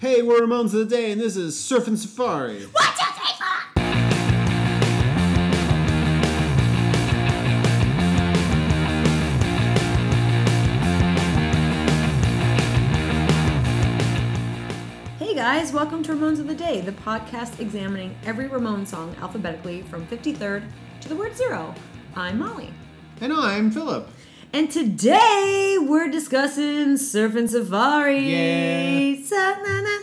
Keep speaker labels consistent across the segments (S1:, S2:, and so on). S1: Hey, we're Ramones of the Day, and this is Surf and Safari.
S2: One, two, three, four.
S3: Hey guys, welcome to Ramones of the Day, the podcast examining every Ramones song alphabetically from 53rd to the word zero. I'm Molly.
S1: And I'm Philip.
S3: And today we're discussing Surf and Safari.
S1: Yeah.
S3: Sa- na- na.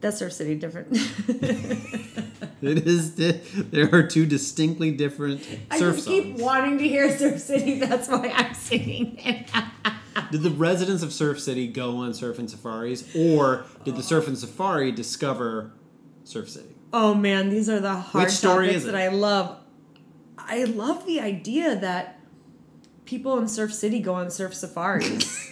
S3: That's Surf City different.
S1: It is di- there are two distinctly different
S3: I
S1: surf
S3: just keep
S1: songs.
S3: wanting to hear Surf City, that's why I'm singing it.
S1: Did the residents of Surf City go on surf and safaris, or did the surf and safari discover Surf City?
S3: Oh man, these are the hard
S1: Which story
S3: topics
S1: is it?
S3: that I love. I love the idea that people in Surf City go on surf safaris.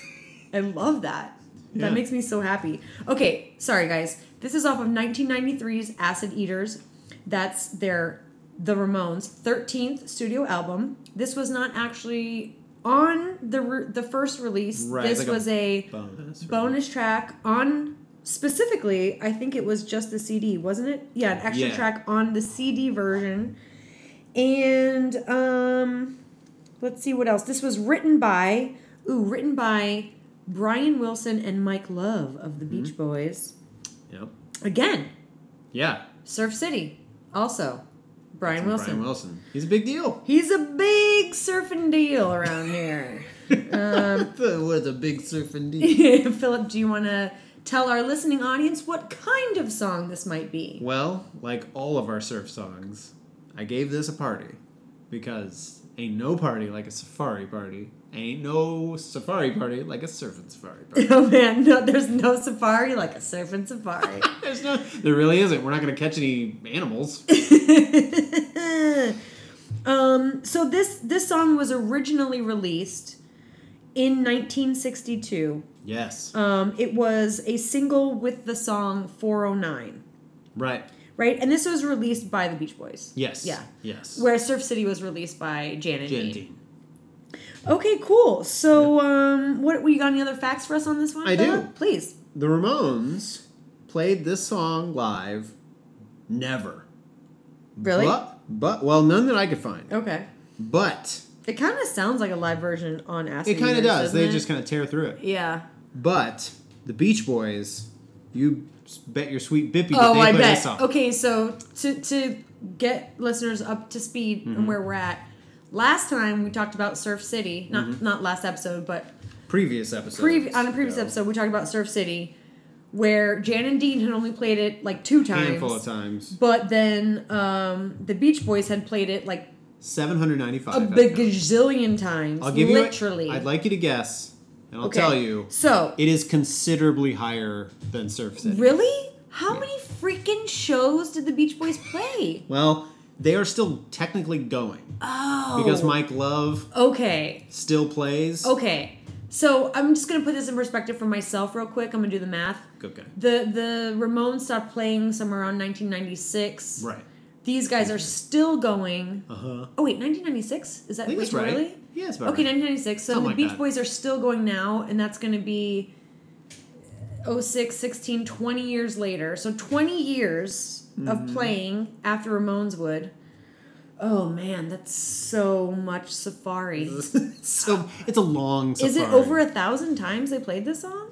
S3: I love that.
S1: Yeah.
S3: That makes me so happy. Okay, sorry guys. This is off of 1993's Acid Eaters. That's their The Ramones 13th studio album. This was not actually on the re- the first release.
S1: Right,
S3: this
S1: like a
S3: was a
S1: Bonus.
S3: bonus track on specifically i think it was just the cd wasn't it yeah an extra
S1: Yeah.
S3: track on the cd version and um let's see what else this was written by ooh written by brian wilson and mike love of the
S1: Mm-hmm.
S3: beach boys
S1: Yep.
S3: again
S1: Yeah.
S3: surf city also brian wilson
S1: Brian Wilson. He's a big deal.
S3: he's a big surfing deal around here Um,
S1: what a big surfing deal.
S3: philip do you want to tell our listening audience what kind of song this might be
S1: Well, like all of our surf songs, I gave this a party because ain't no party like a safari party. Ain't no safari party like a surfing safari party.
S3: Oh man, no, there's no safari like a surfing safari.
S1: There's no, there really isn't. We're not gonna catch any animals.
S3: um, so this this song was originally released in 1962.
S1: yes,
S3: Um, it was a single with the song 409,
S1: right.
S3: right? And this was released by the Beach Boys.
S1: Yes.
S3: Yeah.
S1: Yes.
S3: Where Surf City was released by Janet.
S1: Jan
S3: Dean.
S1: Dean.
S3: Okay, cool. So, um, what you got any other facts for us on this one?
S1: I do.
S3: Philip? Please.
S1: The Ramones played this song live. Never.
S3: Really? Oh.
S1: But, but well, none that I could find.
S3: Okay.
S1: But
S3: It kind of sounds like a live version on Acid.
S1: it kind of
S3: Eaters,
S1: does.
S3: doesn't
S1: They
S3: it?
S1: just kind of tear through it.
S3: Yeah.
S1: But the Beach Boys, you s- bet your sweet bippy that
S3: Oh,
S1: they
S3: I
S1: play
S3: bet.
S1: this song.
S3: Okay, so to to get listeners up to speed
S1: Mm-hmm.
S3: and where we're at, last time we talked about Surf City. Not
S1: Mm-hmm.
S3: not last episode, but
S1: Previous episode.
S3: previ- on a previous episode we talked about Surf City, where Jan and Dean had only played it like two times.
S1: handful of times.
S3: But then um, the Beach Boys had played it like
S1: Seven hundred ninety-five.
S3: a gazillion times.
S1: I'll give you.
S3: literally.
S1: A, I'd like you to guess, and I'll
S3: Okay.
S1: tell you.
S3: So
S1: It is considerably higher than Surf City.
S3: really, how many freaking shows did the Beach Boys play?
S1: Well, they are still technically going
S3: Oh,
S1: because Mike Love
S3: okay.
S1: still plays.
S3: Okay. So I'm just gonna put this in perspective for myself real quick. I'm gonna do the math.
S1: Okay.
S3: The the Ramones stopped playing somewhere around 1996.
S1: Right.
S3: These guys are still going.
S1: Uh huh.
S3: Oh wait, 1996 is that
S1: I think
S3: wait,
S1: that's right.
S3: really?
S1: Yeah, it's about
S3: Okay,
S1: right.
S3: 1996. So
S1: Something
S3: the
S1: like
S3: Beach
S1: that.
S3: Boys are still going now, and that's gonna be 06, 16, 20 years later. So 20 years of
S1: Mm-hmm.
S3: playing after Ramones would. Oh man, that's so much Safari.
S1: so it's a long. Safari.
S3: Is it over a thousand times they played this song?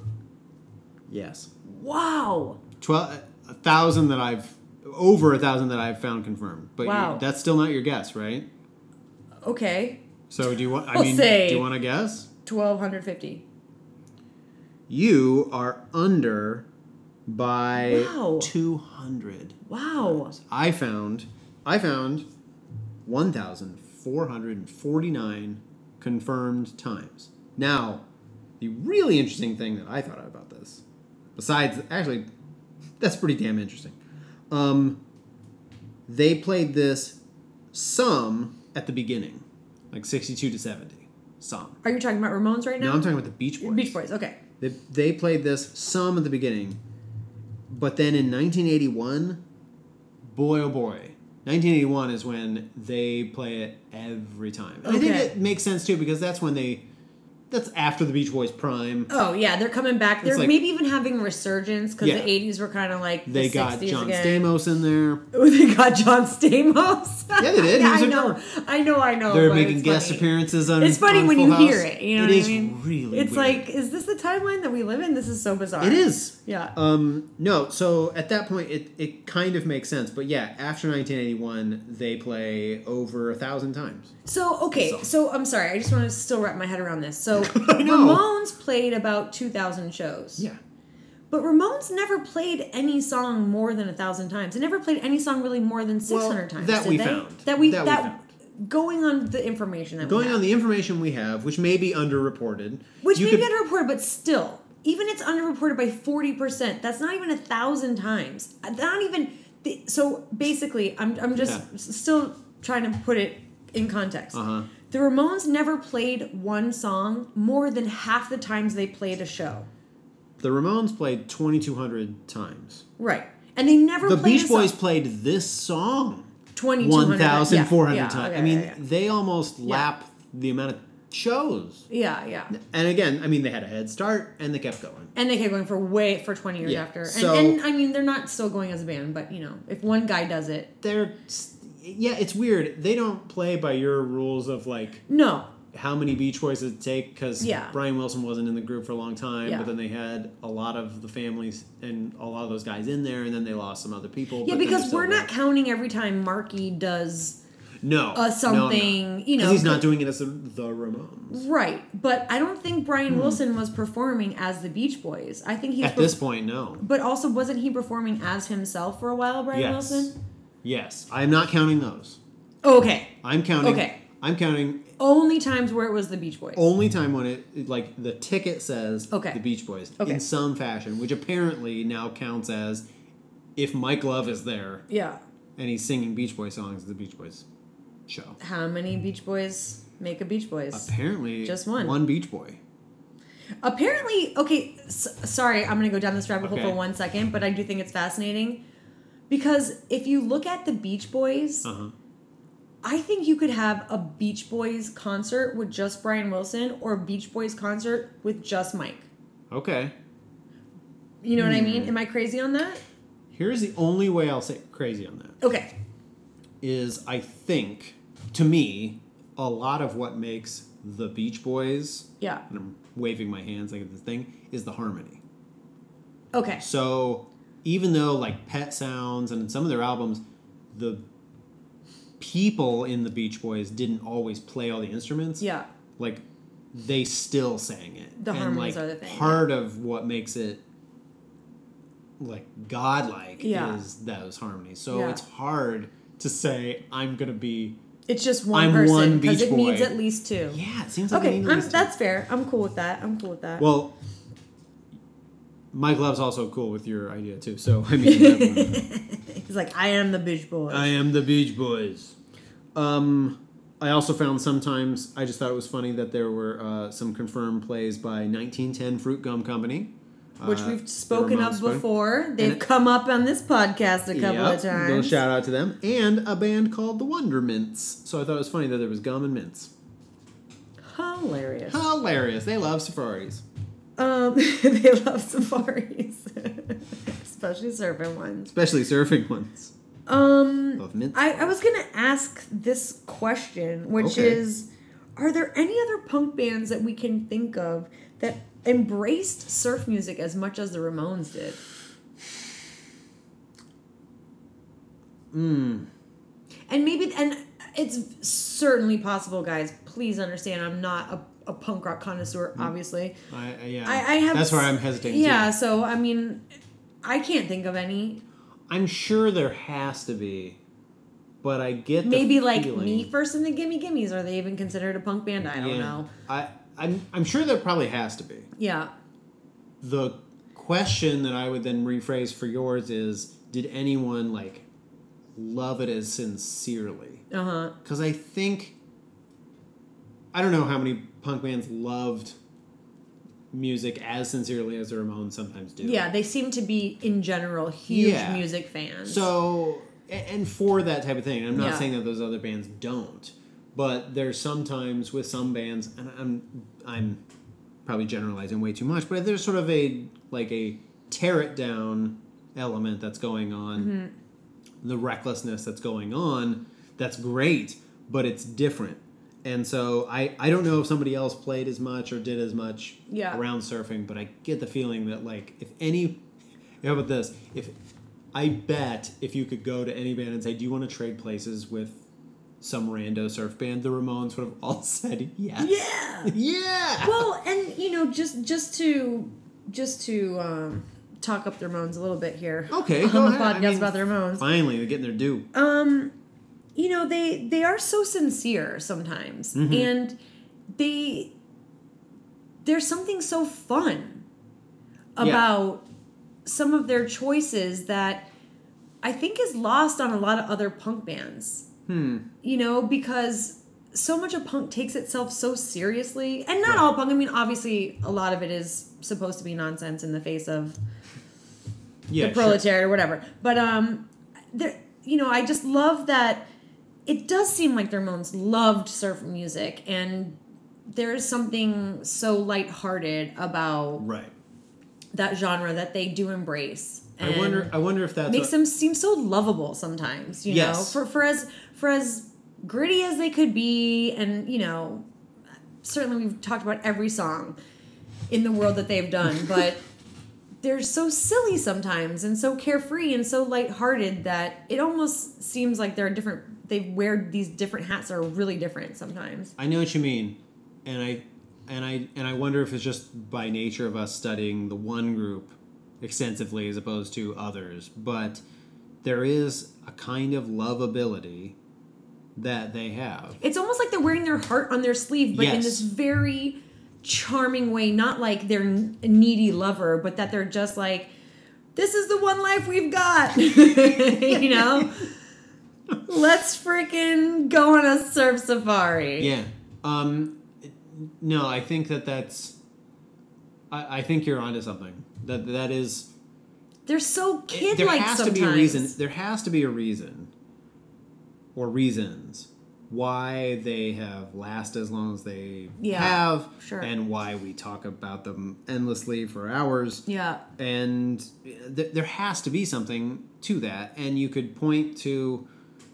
S1: yes.
S3: Wow.
S1: Twelve, a thousand that I've over a thousand that I've found confirmed. But you-
S3: Wow.
S1: that's still not your guess, right?
S3: Okay.
S1: So do you want? I
S3: I'll
S1: mean,
S3: say-
S1: do you want to guess?
S3: Twelve hundred fifty.
S1: You are under by
S3: Wow.
S1: two hundred.
S3: Wow.
S1: I found, I found, one thousand four hundred and forty-nine confirmed times. Now, the really interesting thing that I thought of about this, besides actually, that's pretty damn interesting. Um, they played this some at the beginning, like sixty-two to seventy. Some.
S3: Are you talking about Ramones right
S1: No,
S3: now?
S1: I'm talking about the Beach Boys.
S3: Beach Boys. Okay.
S1: They, they played this some at the beginning, but then in 1981, boy oh boy, 1981 is when they play it every time. And I think
S3: Okay.
S1: it makes sense too because that's when they that's after the Beach Boys prime.
S3: Oh yeah, they're coming back. They're
S1: like-
S3: maybe even having resurgence because
S1: Yeah.
S3: the '80s were kind of like the
S1: They got
S3: 60s
S1: John
S3: again.
S1: Stamos in there.
S3: Oh, they got John Stamos.
S1: Yeah, they did. He was
S3: I
S1: a
S3: know.
S1: drummer.
S3: I know. I know.
S1: They're
S3: Oh, but
S1: making
S3: it's
S1: guest
S3: funny.
S1: appearances on.
S3: It's funny
S1: on
S3: when
S1: Full
S3: you
S1: House.
S3: hear it. You know
S1: It
S3: what
S1: is
S3: I mean?
S1: really.
S3: It's
S1: weird.
S3: like, is this the timeline that we live in? This is so bizarre.
S1: It is.
S3: Yeah.
S1: Um, no, so at that point, it, it kind of makes sense. But yeah, after 1981, they play over a thousand times.
S3: So okay,
S1: So-
S3: so I'm sorry. I just want to still wrap my head around this. So
S1: I know.
S3: Ramones played about two thousand shows. But Ramones never played any song more than a thousand times. They never played any song really more than six hundred times.
S1: that
S3: did
S1: we
S3: they?
S1: found.
S3: That we
S1: That
S3: that,
S1: we
S3: going on the information that
S1: Going
S3: we have,
S1: on the information we have, which may be underreported,
S3: which
S1: you
S3: may be
S1: could-
S3: underreported, but still, even it's underreported by forty percent. That's not even a thousand times. Not even. The, so basically, I'm I'm just
S1: Yeah.
S3: s- still trying to put it in context.
S1: Uh-huh.
S3: The Ramones never played one song more than half the times they played a show.
S1: the Ramones played 2,200 times.
S3: Right. And they never
S1: The
S3: played
S1: Beach
S3: a song-
S1: Boys played this song
S3: 2200
S1: 1,400
S3: yeah, yeah,
S1: times.
S3: okay,
S1: I mean,
S3: yeah, yeah.
S1: they almost lap the amount of shows.
S3: yeah, yeah.
S1: And again, I mean, they had a head start and they kept going.
S3: And they kept going for way for 20 years
S1: Yeah,
S3: after. And,
S1: so-
S3: and I mean, they're not still going as a band, but you know, if one guy does it,
S1: They're, yeah, it's weird. They don't play by your rules of like,
S3: no.
S1: how many Beach Boys did it take? Because
S3: Yeah.
S1: Brian Wilson wasn't in the group for a long time,
S3: Yeah.
S1: but then they had a lot of the families and a lot of those guys in there, and then they lost some other people.
S3: Yeah,
S1: but then
S3: because
S1: they still
S3: we're not
S1: went.
S3: counting every time Marky does
S1: no
S3: uh, something, you know,
S1: because he's not doing it as the the Ramones
S3: right. But I don't think Brian Wilson was performing as the Beach Boys. I think he was
S1: at
S3: perf-
S1: this point. No,
S3: but also wasn't he performing as himself for a while, Brian
S1: yes,
S3: Wilson?
S1: yes, I'm not counting those.
S3: Okay.
S1: I'm counting.
S3: Okay.
S1: I'm counting
S3: Only times where it was the Beach Boys.
S1: only time when it like the ticket says
S3: Okay.
S1: the Beach Boys
S3: Okay.
S1: in some fashion, which apparently now counts as if Mike Love is there
S3: Yeah.
S1: and he's singing Beach Boy songs at the Beach Boys show.
S3: How many Beach Boys make a Beach Boys?
S1: Apparently,
S3: Just one.
S1: One Beach Boy.
S3: Apparently, okay, s- sorry, I'm going to go down this rabbit hole
S1: Okay.
S3: for one second, but I do think it's fascinating because if you look at the Beach Boys,
S1: Uh huh.
S3: I think you could have a Beach Boys concert with just Brian Wilson or a Beach Boys concert with just Mike.
S1: Okay.
S3: You know what I
S1: Hmm.
S3: mean? Am I crazy on that?
S1: Here's the only way I'll say crazy on that
S3: Okay.
S1: is I think to me a lot of what makes the Beach Boys
S3: Yeah.
S1: and I'm waving my hands like this thing is the harmony.
S3: Okay.
S1: So even though like Pet Sounds and some of their albums, the people in the Beach Boys didn't always play all the instruments.
S3: Yeah.
S1: like they still sang it.
S3: The
S1: and,
S3: harmonies
S1: like,
S3: are the thing,
S1: Part of what makes it like godlike
S3: Yeah.
S1: is those harmonies. So
S3: Yeah.
S1: it's hard to say I'm gonna be.
S3: It's just one
S1: I'm
S3: person
S1: one
S3: because
S1: Beach
S3: it needs
S1: Boy.
S3: at least two.
S1: Yeah, it seems like
S3: Okay,
S1: an
S3: I'm, that's fair. I'm cool with that. I'm cool with that.
S1: well. Mike Love's also cool with your idea too. So I mean, that-
S3: He's like, I am the Beach Boy.
S1: I am the Beach Boys. Um, I also found sometimes I just thought it was funny that there were uh, some confirmed plays by 1910 Fruit Gum Company,
S3: which
S1: uh,
S3: we've
S1: the
S3: spoken
S1: Ramones
S3: of
S1: spoke.
S3: before. They've
S1: it-
S3: come up on this podcast a couple
S1: Yep,
S3: of times.
S1: Little shout out to them. And a band called the Wonder Mints. So I thought it was funny that there was gum and mints.
S3: Hilarious.
S1: Hilarious. They love safaris.
S3: Um, they love safaris, especially surfing ones.
S1: Especially surfing ones.
S3: Um,
S1: Love mints.
S3: I, I was gonna ask this question, which
S1: Okay.
S3: is, are there any other punk bands that we can think of that embraced surf music as much as the Ramones did?
S1: Mm.
S3: And maybe, and it's certainly possible, guys. Please understand, I'm not a, a punk rock connoisseur, obviously.
S1: I, I- Mm. yeah.
S3: I, I have.
S1: That's why I'm hesitating. too.
S3: Yeah, so I mean, I can't think of any.
S1: I'm sure there has to be, but I get the
S3: Maybe like
S1: feeling-
S3: me first and the Gimme Gimmes. Are they even considered a punk band? I don't
S1: Yeah.
S3: know.
S1: I, I'm, I'm sure there probably has to be.
S3: Yeah.
S1: The question that I would then rephrase for yours is did anyone like love it as sincerely?
S3: Uh huh.
S1: because I think I don't know how many punk bands loved music as sincerely as the Ramones sometimes do.
S3: Yeah, they seem to be in general huge
S1: Yeah.
S3: music fans.
S1: So a- and for that type of thing, I'm not
S3: Yeah.
S1: saying that those other bands don't, but there's sometimes with some bands, and I'm I'm probably generalizing way too much, but there's sort of a like a tear it down element that's going on,
S3: Mm-hmm.
S1: the recklessness that's going on. That's great, but it's different. And so I, I don't know if somebody else played as much or did as much
S3: Yeah.
S1: around surfing, but I get the feeling that like if any how about this? If I bet if you could go to any band and say, Do you want to trade places with some rando surf band? The Ramones would have all said yes.
S3: Yeah.
S1: Yeah.
S3: well and you know just just to just to um talk up the ramones a little bit here
S1: Okay,
S3: on
S1: go
S3: the
S1: ahead. I
S3: podcast
S1: mean,
S3: about the ramones
S1: Finally, they're getting their due.
S3: um you know they they are so sincere sometimes
S1: Mm-hmm.
S3: and they there's something so fun
S1: Yeah.
S3: about some of their choices that i think is lost on a lot of other punk bands
S1: Hmm.
S3: you know because so much of punk takes itself so seriously and not all punk i mean obviously a lot of it is supposed to be nonsense in the face of
S1: Yeah.
S3: the
S1: sure.
S3: proletariat or whatever. But um, there, you know, I just love that. It does seem like the Ramones loved surf music, and there is something so lighthearted about
S1: Right.
S3: that genre that they do embrace. And
S1: I wonder I wonder if that's
S3: makes
S1: what-
S3: them seem so lovable sometimes. You
S1: Yes.
S3: know, for for as for as gritty as they could be, and you know, certainly we've talked about every song in the world that they've done, but they're so silly sometimes and so carefree and so lighthearted that it almost seems like they're different. They wear these different hats that are really different sometimes.
S1: I know what you mean, and I and I and I wonder if it's just by nature of us studying the one group extensively as opposed to others, but there is a kind of lovability that they have.
S3: It's almost like they're wearing their heart on their sleeve, but in
S1: Yes.
S3: this very charming way. Not like they're n- a needy lover, but that they're just like, this is the one life we've got. you know? Let's freaking go on a surf safari.
S1: Yeah. Um no, I think that that's I, I think you're onto something. That that is
S3: They're so kid
S1: there
S3: like
S1: has
S3: sometimes.
S1: to be a reason there has to be a reason or reasons why they have lasted as long as they
S3: Yeah,
S1: have
S3: sure.
S1: and why we talk about them endlessly for hours
S3: Yeah.
S1: and th- there has to be something to that and you could point to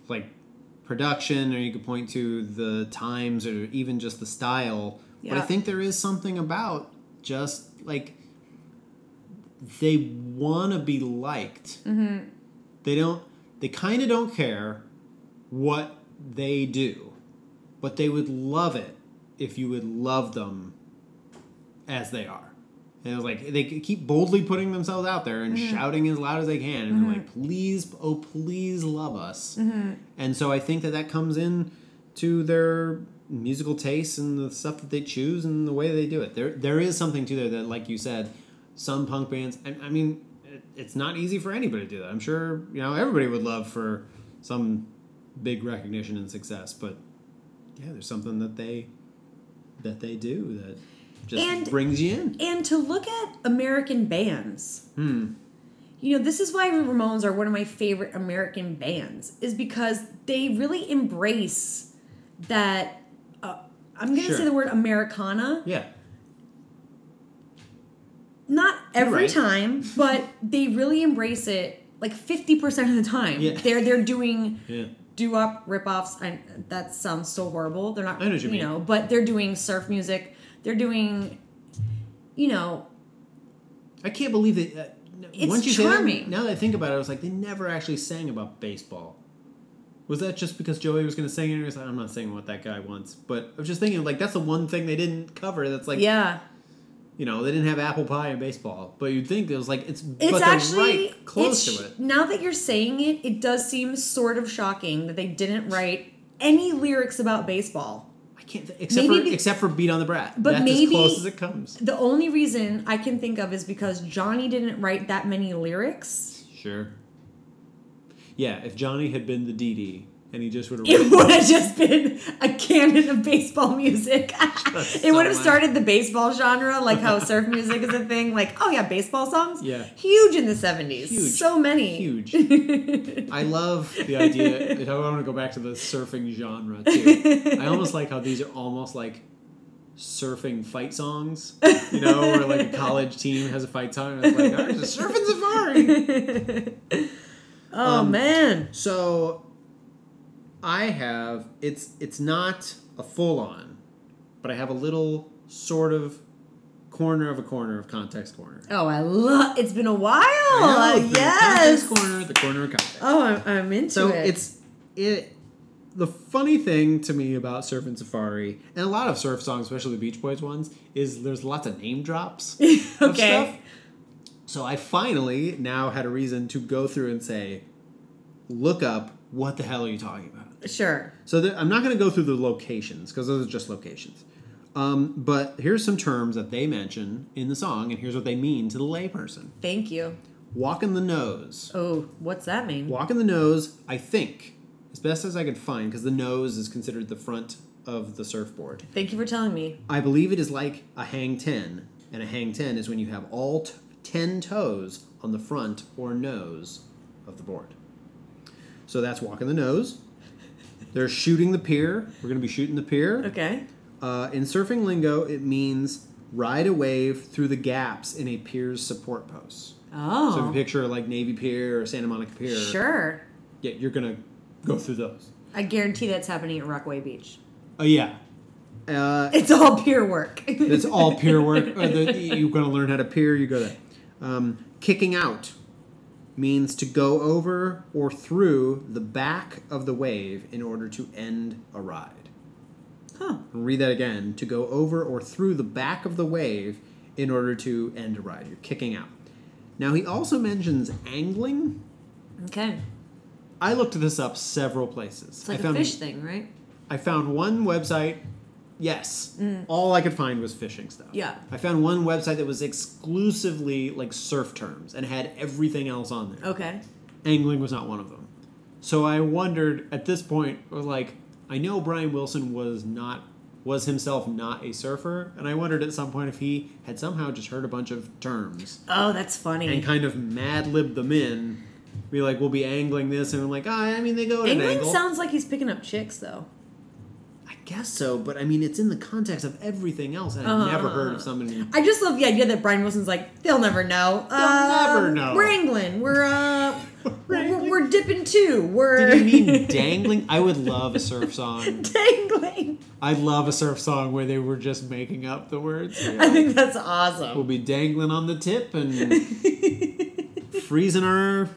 S1: like production or you could point to the times or even just the style but
S3: Yeah.
S1: i think there is something about just like they want to be liked they don't they kind of don't care what they do but they would love it if you would love them as they are. And it was like they keep boldly putting themselves out there and shouting as loud as they can, and they're like, "Please, oh please, love us." And so I think that that comes in to their musical tastes and the stuff that they choose and the way they do it. There, there is something to there that, like you said, some punk bands. I, I mean, it, it's not easy for anybody to do that. I'm sure you know everybody would love for some big recognition and success, but yeah, there's something that they that they do that just
S3: And-
S1: brings you in.
S3: And to look at American bands.
S1: Hmm.
S3: You know, this is why the Ramones are one of my favorite American bands, is because they really embrace that. Uh, I'm going to
S1: Sure.
S3: say the word Americana.
S1: Yeah.
S3: Not every
S1: right.
S3: time, but they really embrace it like 50% of the time.
S1: Yeah.
S3: They're, they're doing
S1: Yeah.
S3: do up ripoffs. I, that sounds so horrible. They're not,
S1: I know what you mean.
S3: know, but they're doing surf music. They're doing, you know,
S1: I can't believe that. Uh, n-
S3: It's
S1: once you Say that,
S3: charming.
S1: now that I think about it, I was like, they never actually sang about baseball. Was that just because Joey was going to sing it? And he was like, I'm not singing what that guy wants. But I was just thinking, like, that's the one thing they didn't cover. That's like,
S3: yeah.
S1: you know, they didn't have apple pie and baseball. But you'd think it was like, it's, but
S3: It's
S1: they're
S3: actually
S1: right close
S3: it's-
S1: to it.
S3: Now that you're saying it, it does seem sort of shocking that they didn't write any lyrics about baseball.
S1: I can't, th- except, for,
S3: maybe be-
S1: except for Beat on the Brat.
S3: but
S1: that's as
S3: maybe-
S1: close as it comes.
S3: The only reason I can think of is because Johnny didn't write that many lyrics.
S1: Sure. Yeah, if Johnny had been the DD and he just would have
S3: It would have just been a canon of baseball music.
S1: That's
S3: it would have
S1: so
S3: started the baseball genre, like how surf music is a thing. Like, oh yeah, baseball songs?
S1: Yeah.
S3: Huge in the 70s.
S1: Huge.
S3: So many.
S1: huge. I love the idea. I want to go back to the surfing genre too. I almost like how these are almost like surfing fight songs, you know, where like a college team has a fight song. And it's like, oh, it's a surfing safari.
S3: oh man.
S1: So I have it's it's not a full on, but I have a little sort of corner of a corner of context corner.
S3: Oh, I love. It's been a while. Uh,
S1: I know, it's been the
S3: Oh, yes.
S1: Context corner, the corner of context.
S3: Oh, I'm, I'm into
S1: So
S3: it.
S1: it's it. The funny thing to me about Surf and Safari, and a lot of surf songs, especially the Beach Boys ones, is there's lots of name drops. of
S3: Okay.
S1: stuff. So I finally now had a reason to go through and say, look up what the hell are you talking about?
S3: sure.
S1: So there, I'm not going to go through the locations because those are just locations. Um, but here's some terms that they mention in the song, and here's what they mean to the layperson.
S3: Thank you.
S1: Walk in the nose.
S3: Oh, what's that mean?
S1: Walk in the nose, I think, as best as I could find, because the nose is considered the front of the surfboard.
S3: Thank you for telling me.
S1: I believe it is like a hang 10, and a hang 10 is when you have all t- 10 toes on the front or nose of the board. So that's walking the nose. They're shooting the pier. We're going to be shooting the pier.
S3: Okay.
S1: Uh, in surfing lingo, it means ride a wave through the gaps in a pier's support post.
S3: Oh.
S1: So if you picture like Navy Pier or Santa Monica Pier,
S3: Sure.
S1: yeah, you're going to go through those.
S3: I guarantee that's happening at Rockaway Beach.
S1: Oh, yeah. Uh,
S3: It's all peer work.
S1: It's all peer work. Or the, you're going to learn how to peer. You go there. Um, kicking out means to go over or through the back of the wave in order to end a ride.
S3: huh.
S1: I'll read that again. To go over or through the back of the wave in order to end a ride. You're kicking out. Now he also mentions angling.
S3: Okay.
S1: I looked this up several places.
S3: It's like
S1: I
S3: a
S1: found
S3: fish thing, right?
S1: I found one website. Yes, all I could find was fishing stuff.
S3: Mm. Yeah.
S1: I found one website that was exclusively like surf terms and had everything else on there.
S3: Okay.
S1: Angling was not one of them. So I wondered at this point, or like, I know Brian Wilson was not was himself not a surfer, and I wondered at some point if he had somehow just heard a bunch of terms
S3: Oh, that's funny.
S1: and kind of mad libbed them in. Be like, we'll be angling this, and I'm like, ah, I mean, they go at an
S3: England
S1: angle.
S3: sounds like he's picking up chicks, though.
S1: I guess so, but I mean, it's in the context of everything else, and
S3: Uh-huh,
S1: I've never heard
S3: uh-huh.
S1: of somebody.
S3: I just love the idea that Brian Wilson's like, they'll never know. They'll uh,
S1: never know.
S3: We're England. We're uh, we're, we're,
S1: Wrangling?
S3: we're dipping too. We're
S1: Did you mean dangling? I would love a surf song.
S3: dangling?
S1: I'd love a surf song where they were just making up the words. you know.
S3: I think that's
S1: We'll
S3: awesome.
S1: be dangling on the tip and freezing our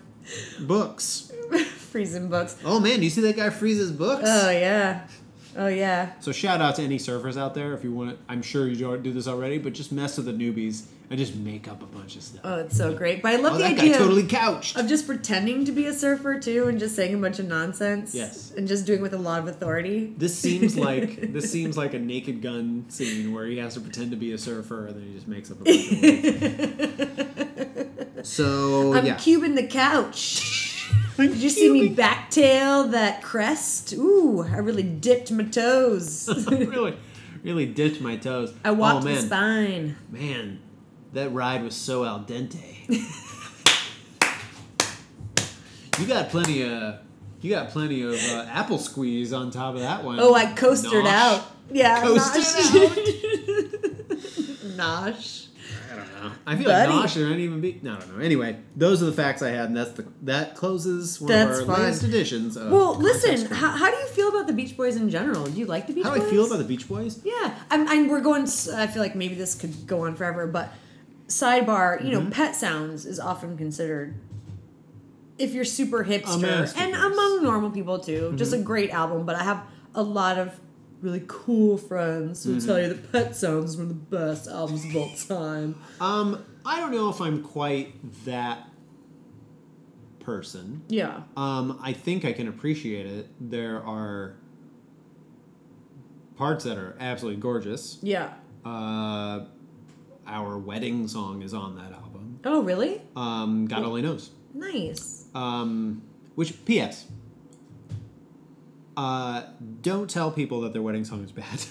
S1: books.
S3: Freezing books.
S1: Oh man, do you see that guy freezes books?
S3: Oh yeah. Oh yeah.
S1: so shout out to any surfers out there if you want. to I'm sure you don't do this already, but just mess with the newbies and just make up a bunch of stuff.
S3: Oh, it's so great. But I love
S1: oh,
S3: the
S1: that
S3: idea
S1: guy
S3: of-
S1: totally couched.
S3: of just pretending to be a surfer too, and just saying a bunch of nonsense.
S1: Yes.
S3: And just doing it with a lot of authority.
S1: This seems like this seems like a Naked Gun scene where he has to pretend to be a surfer and then he just makes up a bunch of words. So
S3: I'm
S1: Oh, yeah,
S3: cubing the couch. Did you see me backtail that crest? Ooh, I really dipped my toes.
S1: really, really dipped my toes.
S3: I walked
S1: oh,
S3: the
S1: man,
S3: spine.
S1: man, that ride was so al dente. you got plenty of you got plenty of uh, apple squeeze on top of that one.
S3: Oh, I coastered
S1: Nosh.
S3: out. Yeah,
S1: Coastered
S3: nosh. nosh.
S1: I don't know. I feel
S3: Buddy.
S1: like Nosh shouldn't even be. No, I don't know. Anyway, those are the facts I had, and that's the that closes one
S3: That's
S1: of our
S3: fun.
S1: latest editions. Of
S3: Well,
S1: Context
S3: listen.
S1: Corner.
S3: How, how do you feel about the Beach Boys in general? Do you like the Beach
S1: How
S3: Boys?
S1: do I feel about the Beach Boys?
S3: Yeah, I'm, I'm. We're going. s- I feel like maybe this could go on forever, but sidebar. You know, pet sounds is often considered, if you're super hipster, and
S1: masterpiece.
S3: among normal people too, just a great album. But I have a lot of really cool friends who tell you that Pet Sounds is one of the best albums of all time.
S1: Um, I don't know if I'm quite that person.
S3: Yeah.
S1: Um, I think I can appreciate it. There are parts that are absolutely gorgeous.
S3: Yeah.
S1: Uh, our wedding song is on that album.
S3: Oh, really?
S1: Um, God only knows.
S3: Nice.
S1: Um, which, P.S. Uh, don't tell people that their wedding song is bad.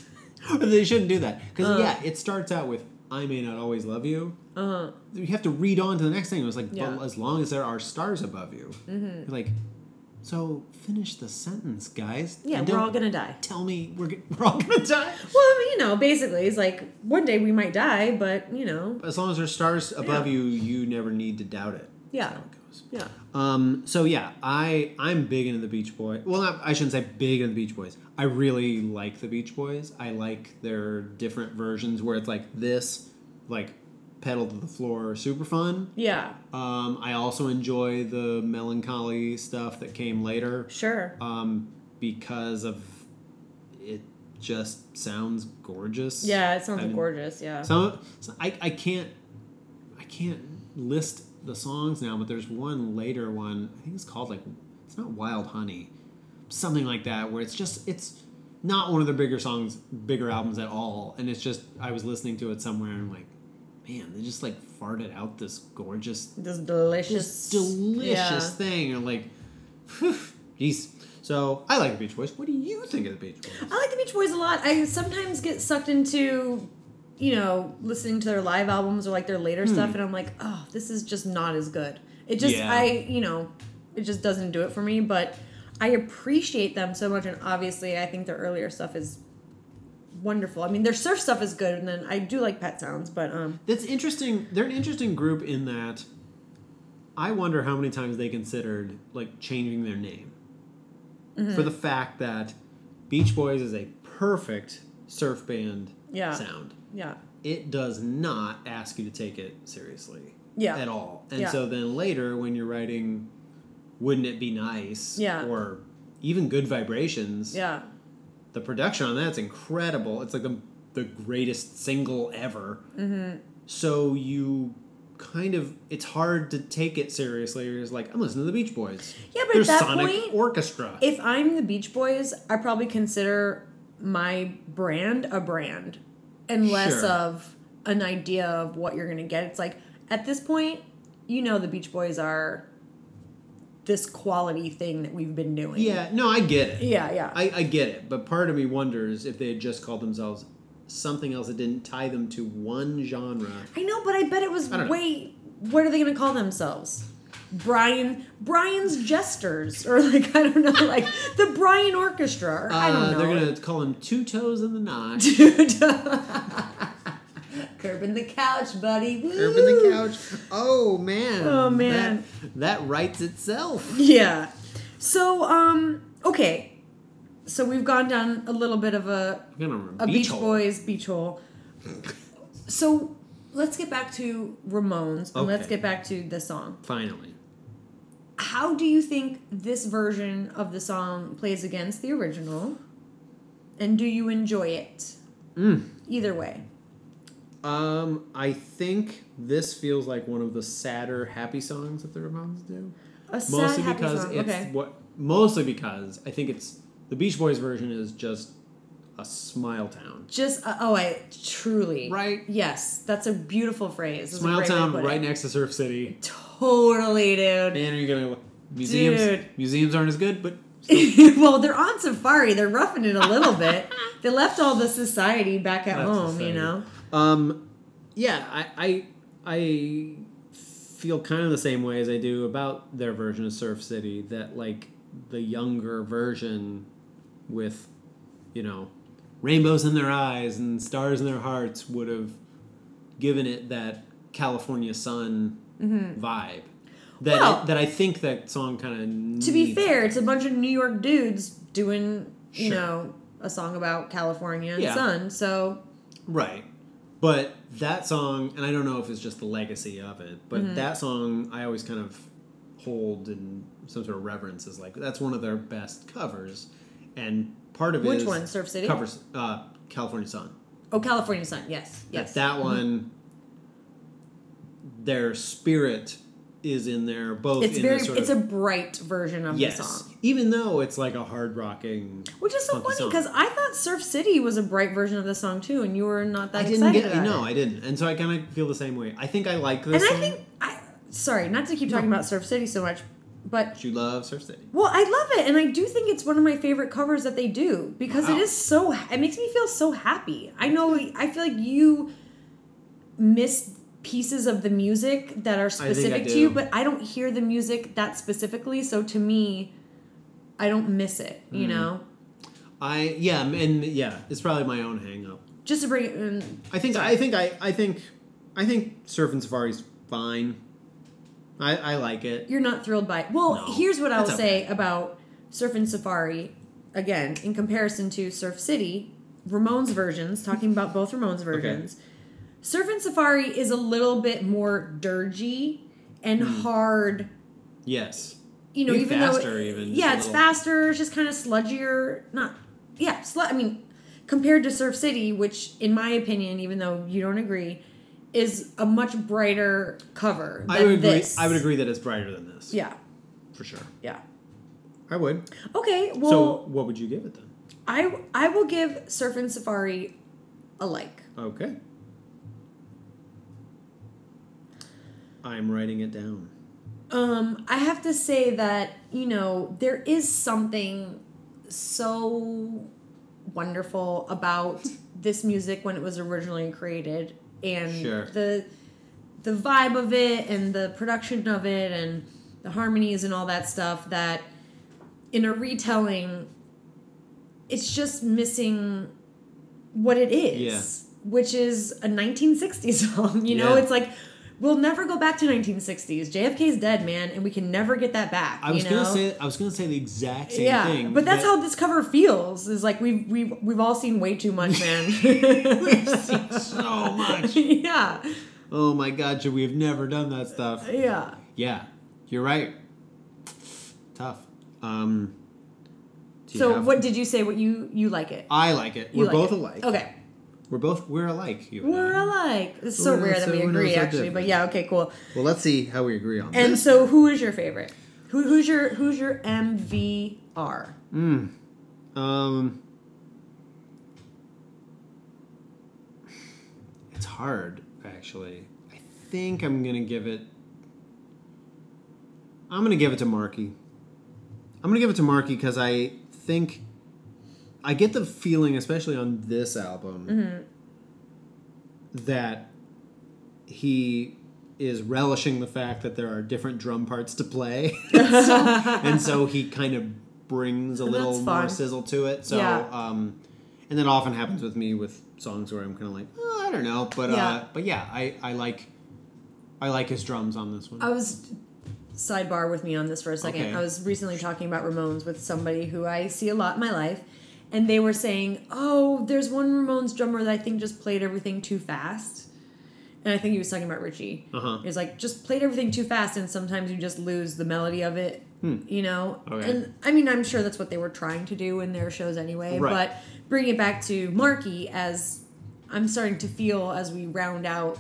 S1: they shouldn't do that because
S3: Uh.
S1: yeah, it starts out with "I may not always love you."
S3: Uh,
S1: You have to read on to the next thing. It was like,
S3: Yeah. Mm-hmm.
S1: but as long as there are stars above you, You're like, So finish the sentence, guys.
S3: Yeah,
S1: And
S3: we're
S1: don't
S3: all gonna die.
S1: tell me we're g- we're all gonna die.
S3: Well, I mean, you know, basically, it's like one day we might die, but you know,
S1: As long as there's stars above
S3: Yeah.
S1: you, you never need to doubt it.
S3: Yeah.
S1: That's how it goes.
S3: yeah.
S1: Um, so yeah, I I'm big into the Beach Boys. Well, not I shouldn't say big into the Beach Boys. I really like the Beach Boys. I like their different versions where it's like this, like pedal to the floor, super fun.
S3: Yeah,
S1: Um, I also enjoy the melancholy stuff that came later
S3: sure.
S1: um, because of it just sounds gorgeous.
S3: Yeah, it sounds
S1: I mean,
S3: gorgeous. Yeah.
S1: Some so I I can't I can't list the songs now, but there's one later one. I think it's called like it's not Wild Honey, something like that, where it's just it's not one of the bigger songs, bigger albums at all, and it's just I was listening to it somewhere and I'm like, man, they just like farted out this gorgeous
S3: this delicious,
S1: just delicious
S3: Yeah.
S1: thing. And like, phew, geez. So I like the Beach Boys. What do you think of the Beach Boys?
S3: I like the Beach Boys a lot. I sometimes get sucked into, you know, listening to their live albums or like their later stuff, and I'm like, oh, this is just not as good. It just,
S1: Hmm. Yeah.
S3: I, you know, it just doesn't do it for me. But I appreciate them so much, and obviously, I think their earlier stuff is wonderful. I mean, their surf stuff is good, and then I do like Pet Sounds, but um,
S1: That's interesting. They're an interesting group in that. I wonder how many times they considered like changing their name
S3: Mm-hmm.
S1: for the fact that Beach Boys is a perfect surf band
S3: Yeah.
S1: sound.
S3: yeah,
S1: It does not ask you to take it seriously
S3: yeah,
S1: at all. And
S3: Yeah.
S1: so then later, when you're writing, wouldn't it be nice?
S3: Yeah.
S1: Or even good vibrations.
S3: yeah,
S1: The production on that's incredible. It's like the the greatest single ever. Mm-hmm. So you kind of it's hard to take it seriously. You're just like I'm listening to the Beach Boys.
S3: yeah. But
S1: Their
S3: at that
S1: sonic
S3: point,
S1: orchestra.
S3: if I'm the Beach Boys, I probably consider my brand a brand and less
S1: Sure.
S3: of an idea of what you're going to get. It's like at this point, you know the Beach Boys are this quality thing that we've been doing.
S1: yeah. No, I get it.
S3: Yeah, yeah.
S1: I, I get it, but part of me wonders if they had just called themselves something else that didn't tie them to one genre.
S3: I know, but I bet it was
S1: I don't know.
S3: wait, what are they going to call themselves? Brian Brian's Jesters or like I don't know, like the Brian Orchestra. Or, I
S1: Uh,
S3: don't know.
S1: They're gonna call him two toes in the knot.
S3: Dude. Curbing the couch, buddy.
S1: Herb in the
S3: Woo!
S1: couch. Oh man.
S3: Oh, man.
S1: That, that writes itself.
S3: Yeah. So, um, okay. So we've gone down a little bit of a,
S1: I'm gonna
S3: a Beach,
S1: hole.
S3: Boys beach hole. So let's get back to Ramones and let's
S1: Okay.
S3: get back to the song.
S1: Finally.
S3: How do you think this version of the song plays against the original? And do you enjoy it?
S1: Mm.
S3: Either way.
S1: Um, I think this feels like one of the sadder happy songs that the Ramones do.
S3: A sad,
S1: Mostly
S3: happy
S1: because
S3: song.
S1: it's
S3: okay.
S1: what. Mostly because I think it's the Beach Boys version is just a smile town.
S3: Just, uh, oh, I truly.
S1: Right.
S3: Yes. That's a beautiful phrase. It's a
S1: Smile
S3: great way to
S1: town
S3: put it.
S1: right next to Surf City.
S3: Totally, dude.
S1: Man, are you gonna museums?
S3: Dude.
S1: Museums aren't as good, but
S3: well, they're on safari. They're roughing it a little bit. They left all the society back at
S1: That's
S3: home,
S1: society.
S3: you know?
S1: Um, yeah, I, I I feel kind of the same way as I do about their version of Surf City. That like the younger version, with you know rainbows in their eyes and stars in their hearts, would have given it that California sun vibe. That I-
S3: Mm-hmm. Well-
S1: that I think that song kind of
S3: To be fair, it's a bunch of New York dudes doing, you
S1: Sure.
S3: know, a song about California and
S1: Yeah.
S3: sun. So,
S1: Right. But that song, and I don't know if it's just the legacy of it, but
S3: Mm-hmm.
S1: that song I always kind of hold in some sort of reverence as like that's one of their best covers, and part of it
S3: Which
S1: is
S3: one? Surf City?
S1: covers uh, California Sun.
S3: oh, California sun. Yes. Yes. Mm-hmm.
S1: That, that one, their spirit is in there. Both
S3: it's
S1: in
S3: very,
S1: the sort
S3: it's a
S1: of,
S3: bright version of
S1: yes,
S3: the song.
S1: even though it's like a hard rocking.
S3: Which is so
S1: Funky
S3: funny
S1: song.
S3: because I thought Surf City was a bright version of the song too, and you were not that
S1: I didn't
S3: excited
S1: get
S3: about
S1: no,
S3: it.
S1: I didn't, and so I kind of feel the same way. I think I like
S3: And
S1: this.
S3: I
S1: song.
S3: think, I sorry, not to keep talking about Surf City so much, but
S1: But you love Surf City.
S3: Well, I love it, and I do think it's one of my favorite covers that they do because
S1: Wow.
S3: it is so. It makes me feel so happy. I know. I feel like you miss pieces of the music that are
S1: I
S3: specific to
S1: do.
S3: you, but I don't hear the music that specifically. So to me, I don't miss it, you
S1: Mm.
S3: know?
S1: I yeah, and yeah, it's probably my own hang up.
S3: Just to bring it in.
S1: I think I think I I think I think Surf and Safari's fine. I I like it.
S3: You're not thrilled by it. Well,
S1: No,
S3: here's what I'll
S1: it's
S3: say about Surf and Safari, again, in comparison to Surf City, Ramones versions, talking about both Ramones versions. Surf and Safari is a little bit more dirgy and hard.
S1: Yes.
S3: You know,
S1: Be
S3: even though
S1: Hmm. faster
S3: it-
S1: even, just
S3: yeah,
S1: a
S3: it's
S1: little.
S3: faster. It's just kind of sludgier. Not yeah, slu- I mean, compared to Surf City, which in my opinion, even though you don't agree, is a much brighter cover.
S1: I
S3: than
S1: would agree.
S3: this.
S1: I would agree that it's brighter than this.
S3: Yeah,
S1: for sure.
S3: yeah.
S1: I would.
S3: Okay, well,
S1: so what would you give it then?
S3: I I will give Surf and Safari a like.
S1: Okay. I'm writing it down.
S3: Um, I have to say that you know there is something so wonderful about this music when it was originally created and
S1: Sure.
S3: the the vibe of it and the production of it and the harmonies and all that stuff that in a retelling it's just missing what it is which is a 1960s song you know
S1: Yeah.
S3: it's like we'll never go back to 1960s jfk's dead man and we can never get that back
S1: I was
S3: you know?
S1: gonna say I was gonna say the exact same
S3: yeah,
S1: thing.
S3: but that's
S1: that-
S3: how this cover feels. Is like we've we've we've all seen way too much, man.
S1: so much.
S3: yeah,
S1: Oh my god, should we have never done that stuff?
S3: yeah.
S1: Yeah, you're right. Tough. Um, do you
S3: So
S1: have-
S3: what did you say? What you you like it?
S1: I like it.
S3: You
S1: We're
S3: like
S1: both
S3: it.
S1: alike.
S3: Okay,
S1: We're both we're alike. You and
S3: we're
S1: I.
S3: alike. It's so
S1: We're
S3: rare that
S1: so-
S3: we
S1: we're not
S3: agree,
S1: so
S3: actually. But
S1: different.
S3: yeah, okay, cool.
S1: Well, let's see how we agree on
S3: And
S1: this.
S3: so, who is your favorite? Who, who's your who's your MVR?
S1: Hmm. Um, it's hard actually. I think I'm gonna give it. I'm gonna give it to Marky. I'm gonna give it to Marky because I think I get the feeling, especially on this album, that he is relishing the fact that there are different drum parts to play, So- and so he kind of brings a
S3: And that's
S1: little more
S3: fun.
S1: sizzle to it. So,
S3: Yeah.
S1: um, and that often happens with me with songs where I'm kind of like, oh, I don't know, but
S3: Yeah.
S1: Uh, but yeah, I, I like I like his drums on this one.
S3: I was sidebar with me on this for a second.
S1: Okay.
S3: I was recently talking about Ramones with somebody who I see a lot in my life, and they were saying, "Oh, there's one Ramones drummer that I think just played everything too fast." And I think he was talking about Richie.
S1: Uh-huh.
S3: He was like, just played everything too fast, and sometimes you just lose the melody of it, you know?
S1: Hmm. Okay.
S3: And I mean, I'm sure that's what they were trying to do in their shows anyway,
S1: Right.
S3: but bring it back to Marky as I'm starting to feel as we round out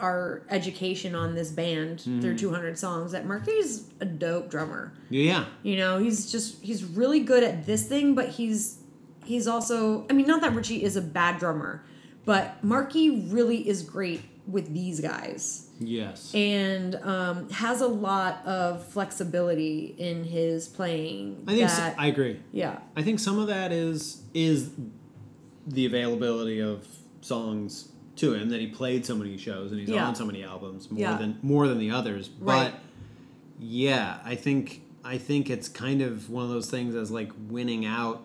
S3: our education on this band
S1: Mm-hmm.
S3: through 200 songs that Marky's a dope drummer.
S1: yeah,
S3: You know, he's just he's really good at this thing, but he's he's also I mean, not that Richie is a bad drummer, but Marky really is great with these guys
S1: yes,
S3: and um, has a lot of flexibility in his playing.
S1: I think so-
S3: that-
S1: I agree.
S3: yeah,
S1: I think some of that is is the availability of songs to him that he played so many shows and he's
S3: Yeah.
S1: on so many albums more
S3: Yeah.
S1: than more than the others.
S3: Right.
S1: But yeah, I think I think it's kind of one of those things as like winning out.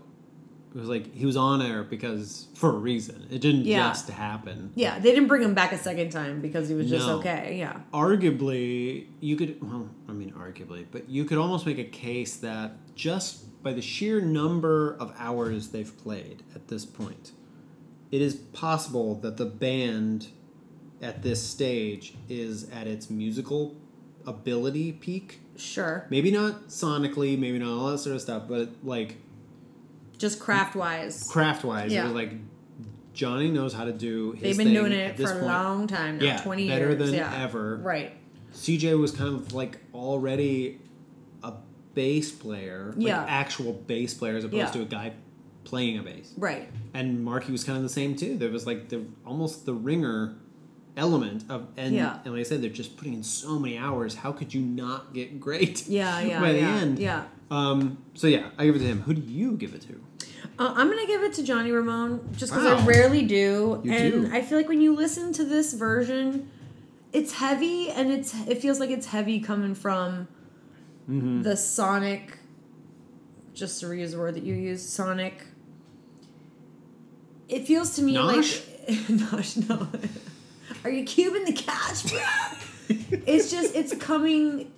S1: It was like he was on air because for a reason. It didn't
S3: Yeah.
S1: just happen.
S3: yeah. They didn't bring him back a second time because he was just
S1: No.
S3: okay. Yeah,
S1: Arguably, you could well, I mean arguably, but you could almost make a case that just by the sheer number of hours they've played at this point, it is possible that the band at this stage is at its musical ability peak.
S3: sure.
S1: Maybe not sonically, maybe not all that sort of stuff, but like
S3: Just craft wise,
S1: craft wise,
S3: Yeah.
S1: it was like Johnny knows how to do his
S3: they've been
S1: thing
S3: doing
S1: at
S3: it for
S1: this
S3: a
S1: point.
S3: long time now.
S1: Yeah,
S3: 20
S1: better
S3: years.
S1: than
S3: yeah.
S1: ever.
S3: Right.
S1: CJ was kind of like already a bass player, like
S3: Yeah.
S1: actual bass player, as opposed
S3: Yeah.
S1: to a guy playing a bass.
S3: Right.
S1: And Marky was kind of the same too. There was like the almost the ringer element of, and,
S3: Yeah.
S1: and like I said, they're just putting in so many hours. How could you not get great?
S3: Yeah, yeah,
S1: by the
S3: yeah,
S1: end,
S3: yeah.
S1: Um. So yeah, I give it to him. Who do you give it to?
S3: Uh, I'm gonna give it to Johnny Ramone just because I
S1: Wow.
S3: rarely do,
S1: You
S3: and
S1: do.
S3: I feel like when you listen to this version, it's heavy and
S1: Mm-hmm.
S3: it's it feels like it's heavy coming from the sonic just to reuse the word that you used, Sonic. It feels to me
S1: Nosh?
S3: like Nosh, no. Are you cubing the cash, bro? it's just it's coming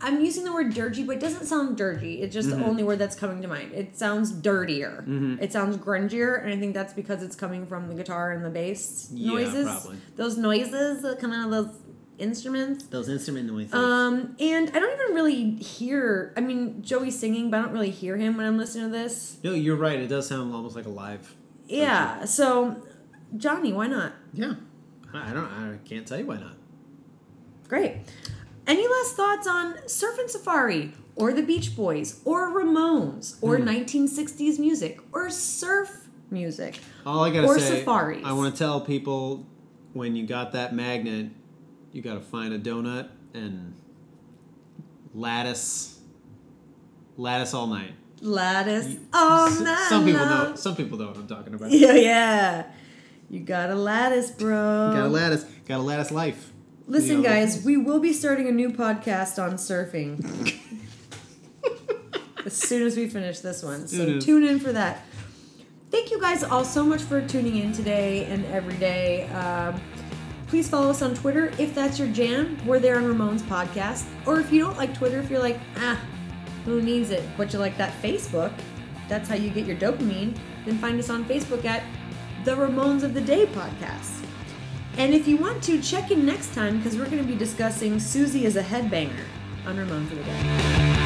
S3: I'm using the word dirgy, but it doesn't sound dirgy. It's
S1: Mm-hmm.
S3: just the only word that's coming to mind. It sounds dirtier. It sounds grungier, and I think that's because it's coming from the guitar and the bass
S1: Yeah,
S3: noises.
S1: probably.
S3: Those noises that come out of those instruments.
S1: Those instrument noises.
S3: Um, and I don't even really hear. I mean, Joey's singing, but I don't really hear him when I'm listening to this.
S1: no, you're right. It does sound almost like a live.
S3: Yeah. So, Johnny, why not?
S1: Yeah. I I don't. I can't tell you why not.
S3: Great. Any last thoughts on Surf and Safari, or the Beach Boys, or Ramones, or
S1: Hmm.
S3: 1960s music, or surf music?
S1: All I gotta
S3: Or
S1: say,
S3: safaris.
S1: I want to tell people when you got that magnet, you gotta find a donut and lattice, lattice all night.
S3: Lattice all
S1: S-
S3: night
S1: some people
S3: long.
S1: know. Some people know what I'm talking about.
S3: Yeah, yeah. You got a lattice, bro.
S1: Got a lattice. Got a lattice life.
S3: Listen,
S1: You know,
S3: guys, we will be starting a new podcast on surfing as soon as we finish this one. So
S1: Soon as-
S3: tune in for that. Thank you guys all so much for tuning in today and every day. Um, please follow us on Twitter if that's your jam. We're there on Ramones Podcast. Or if you don't like Twitter, if you're like, ah, who needs it? But you like that Facebook, that's how you get your dopamine, then find us on Facebook at The Ramones of the Day Podcast. And if you want to, check in next time because we're going to be discussing Susie as a headbanger on Ramones of the Day.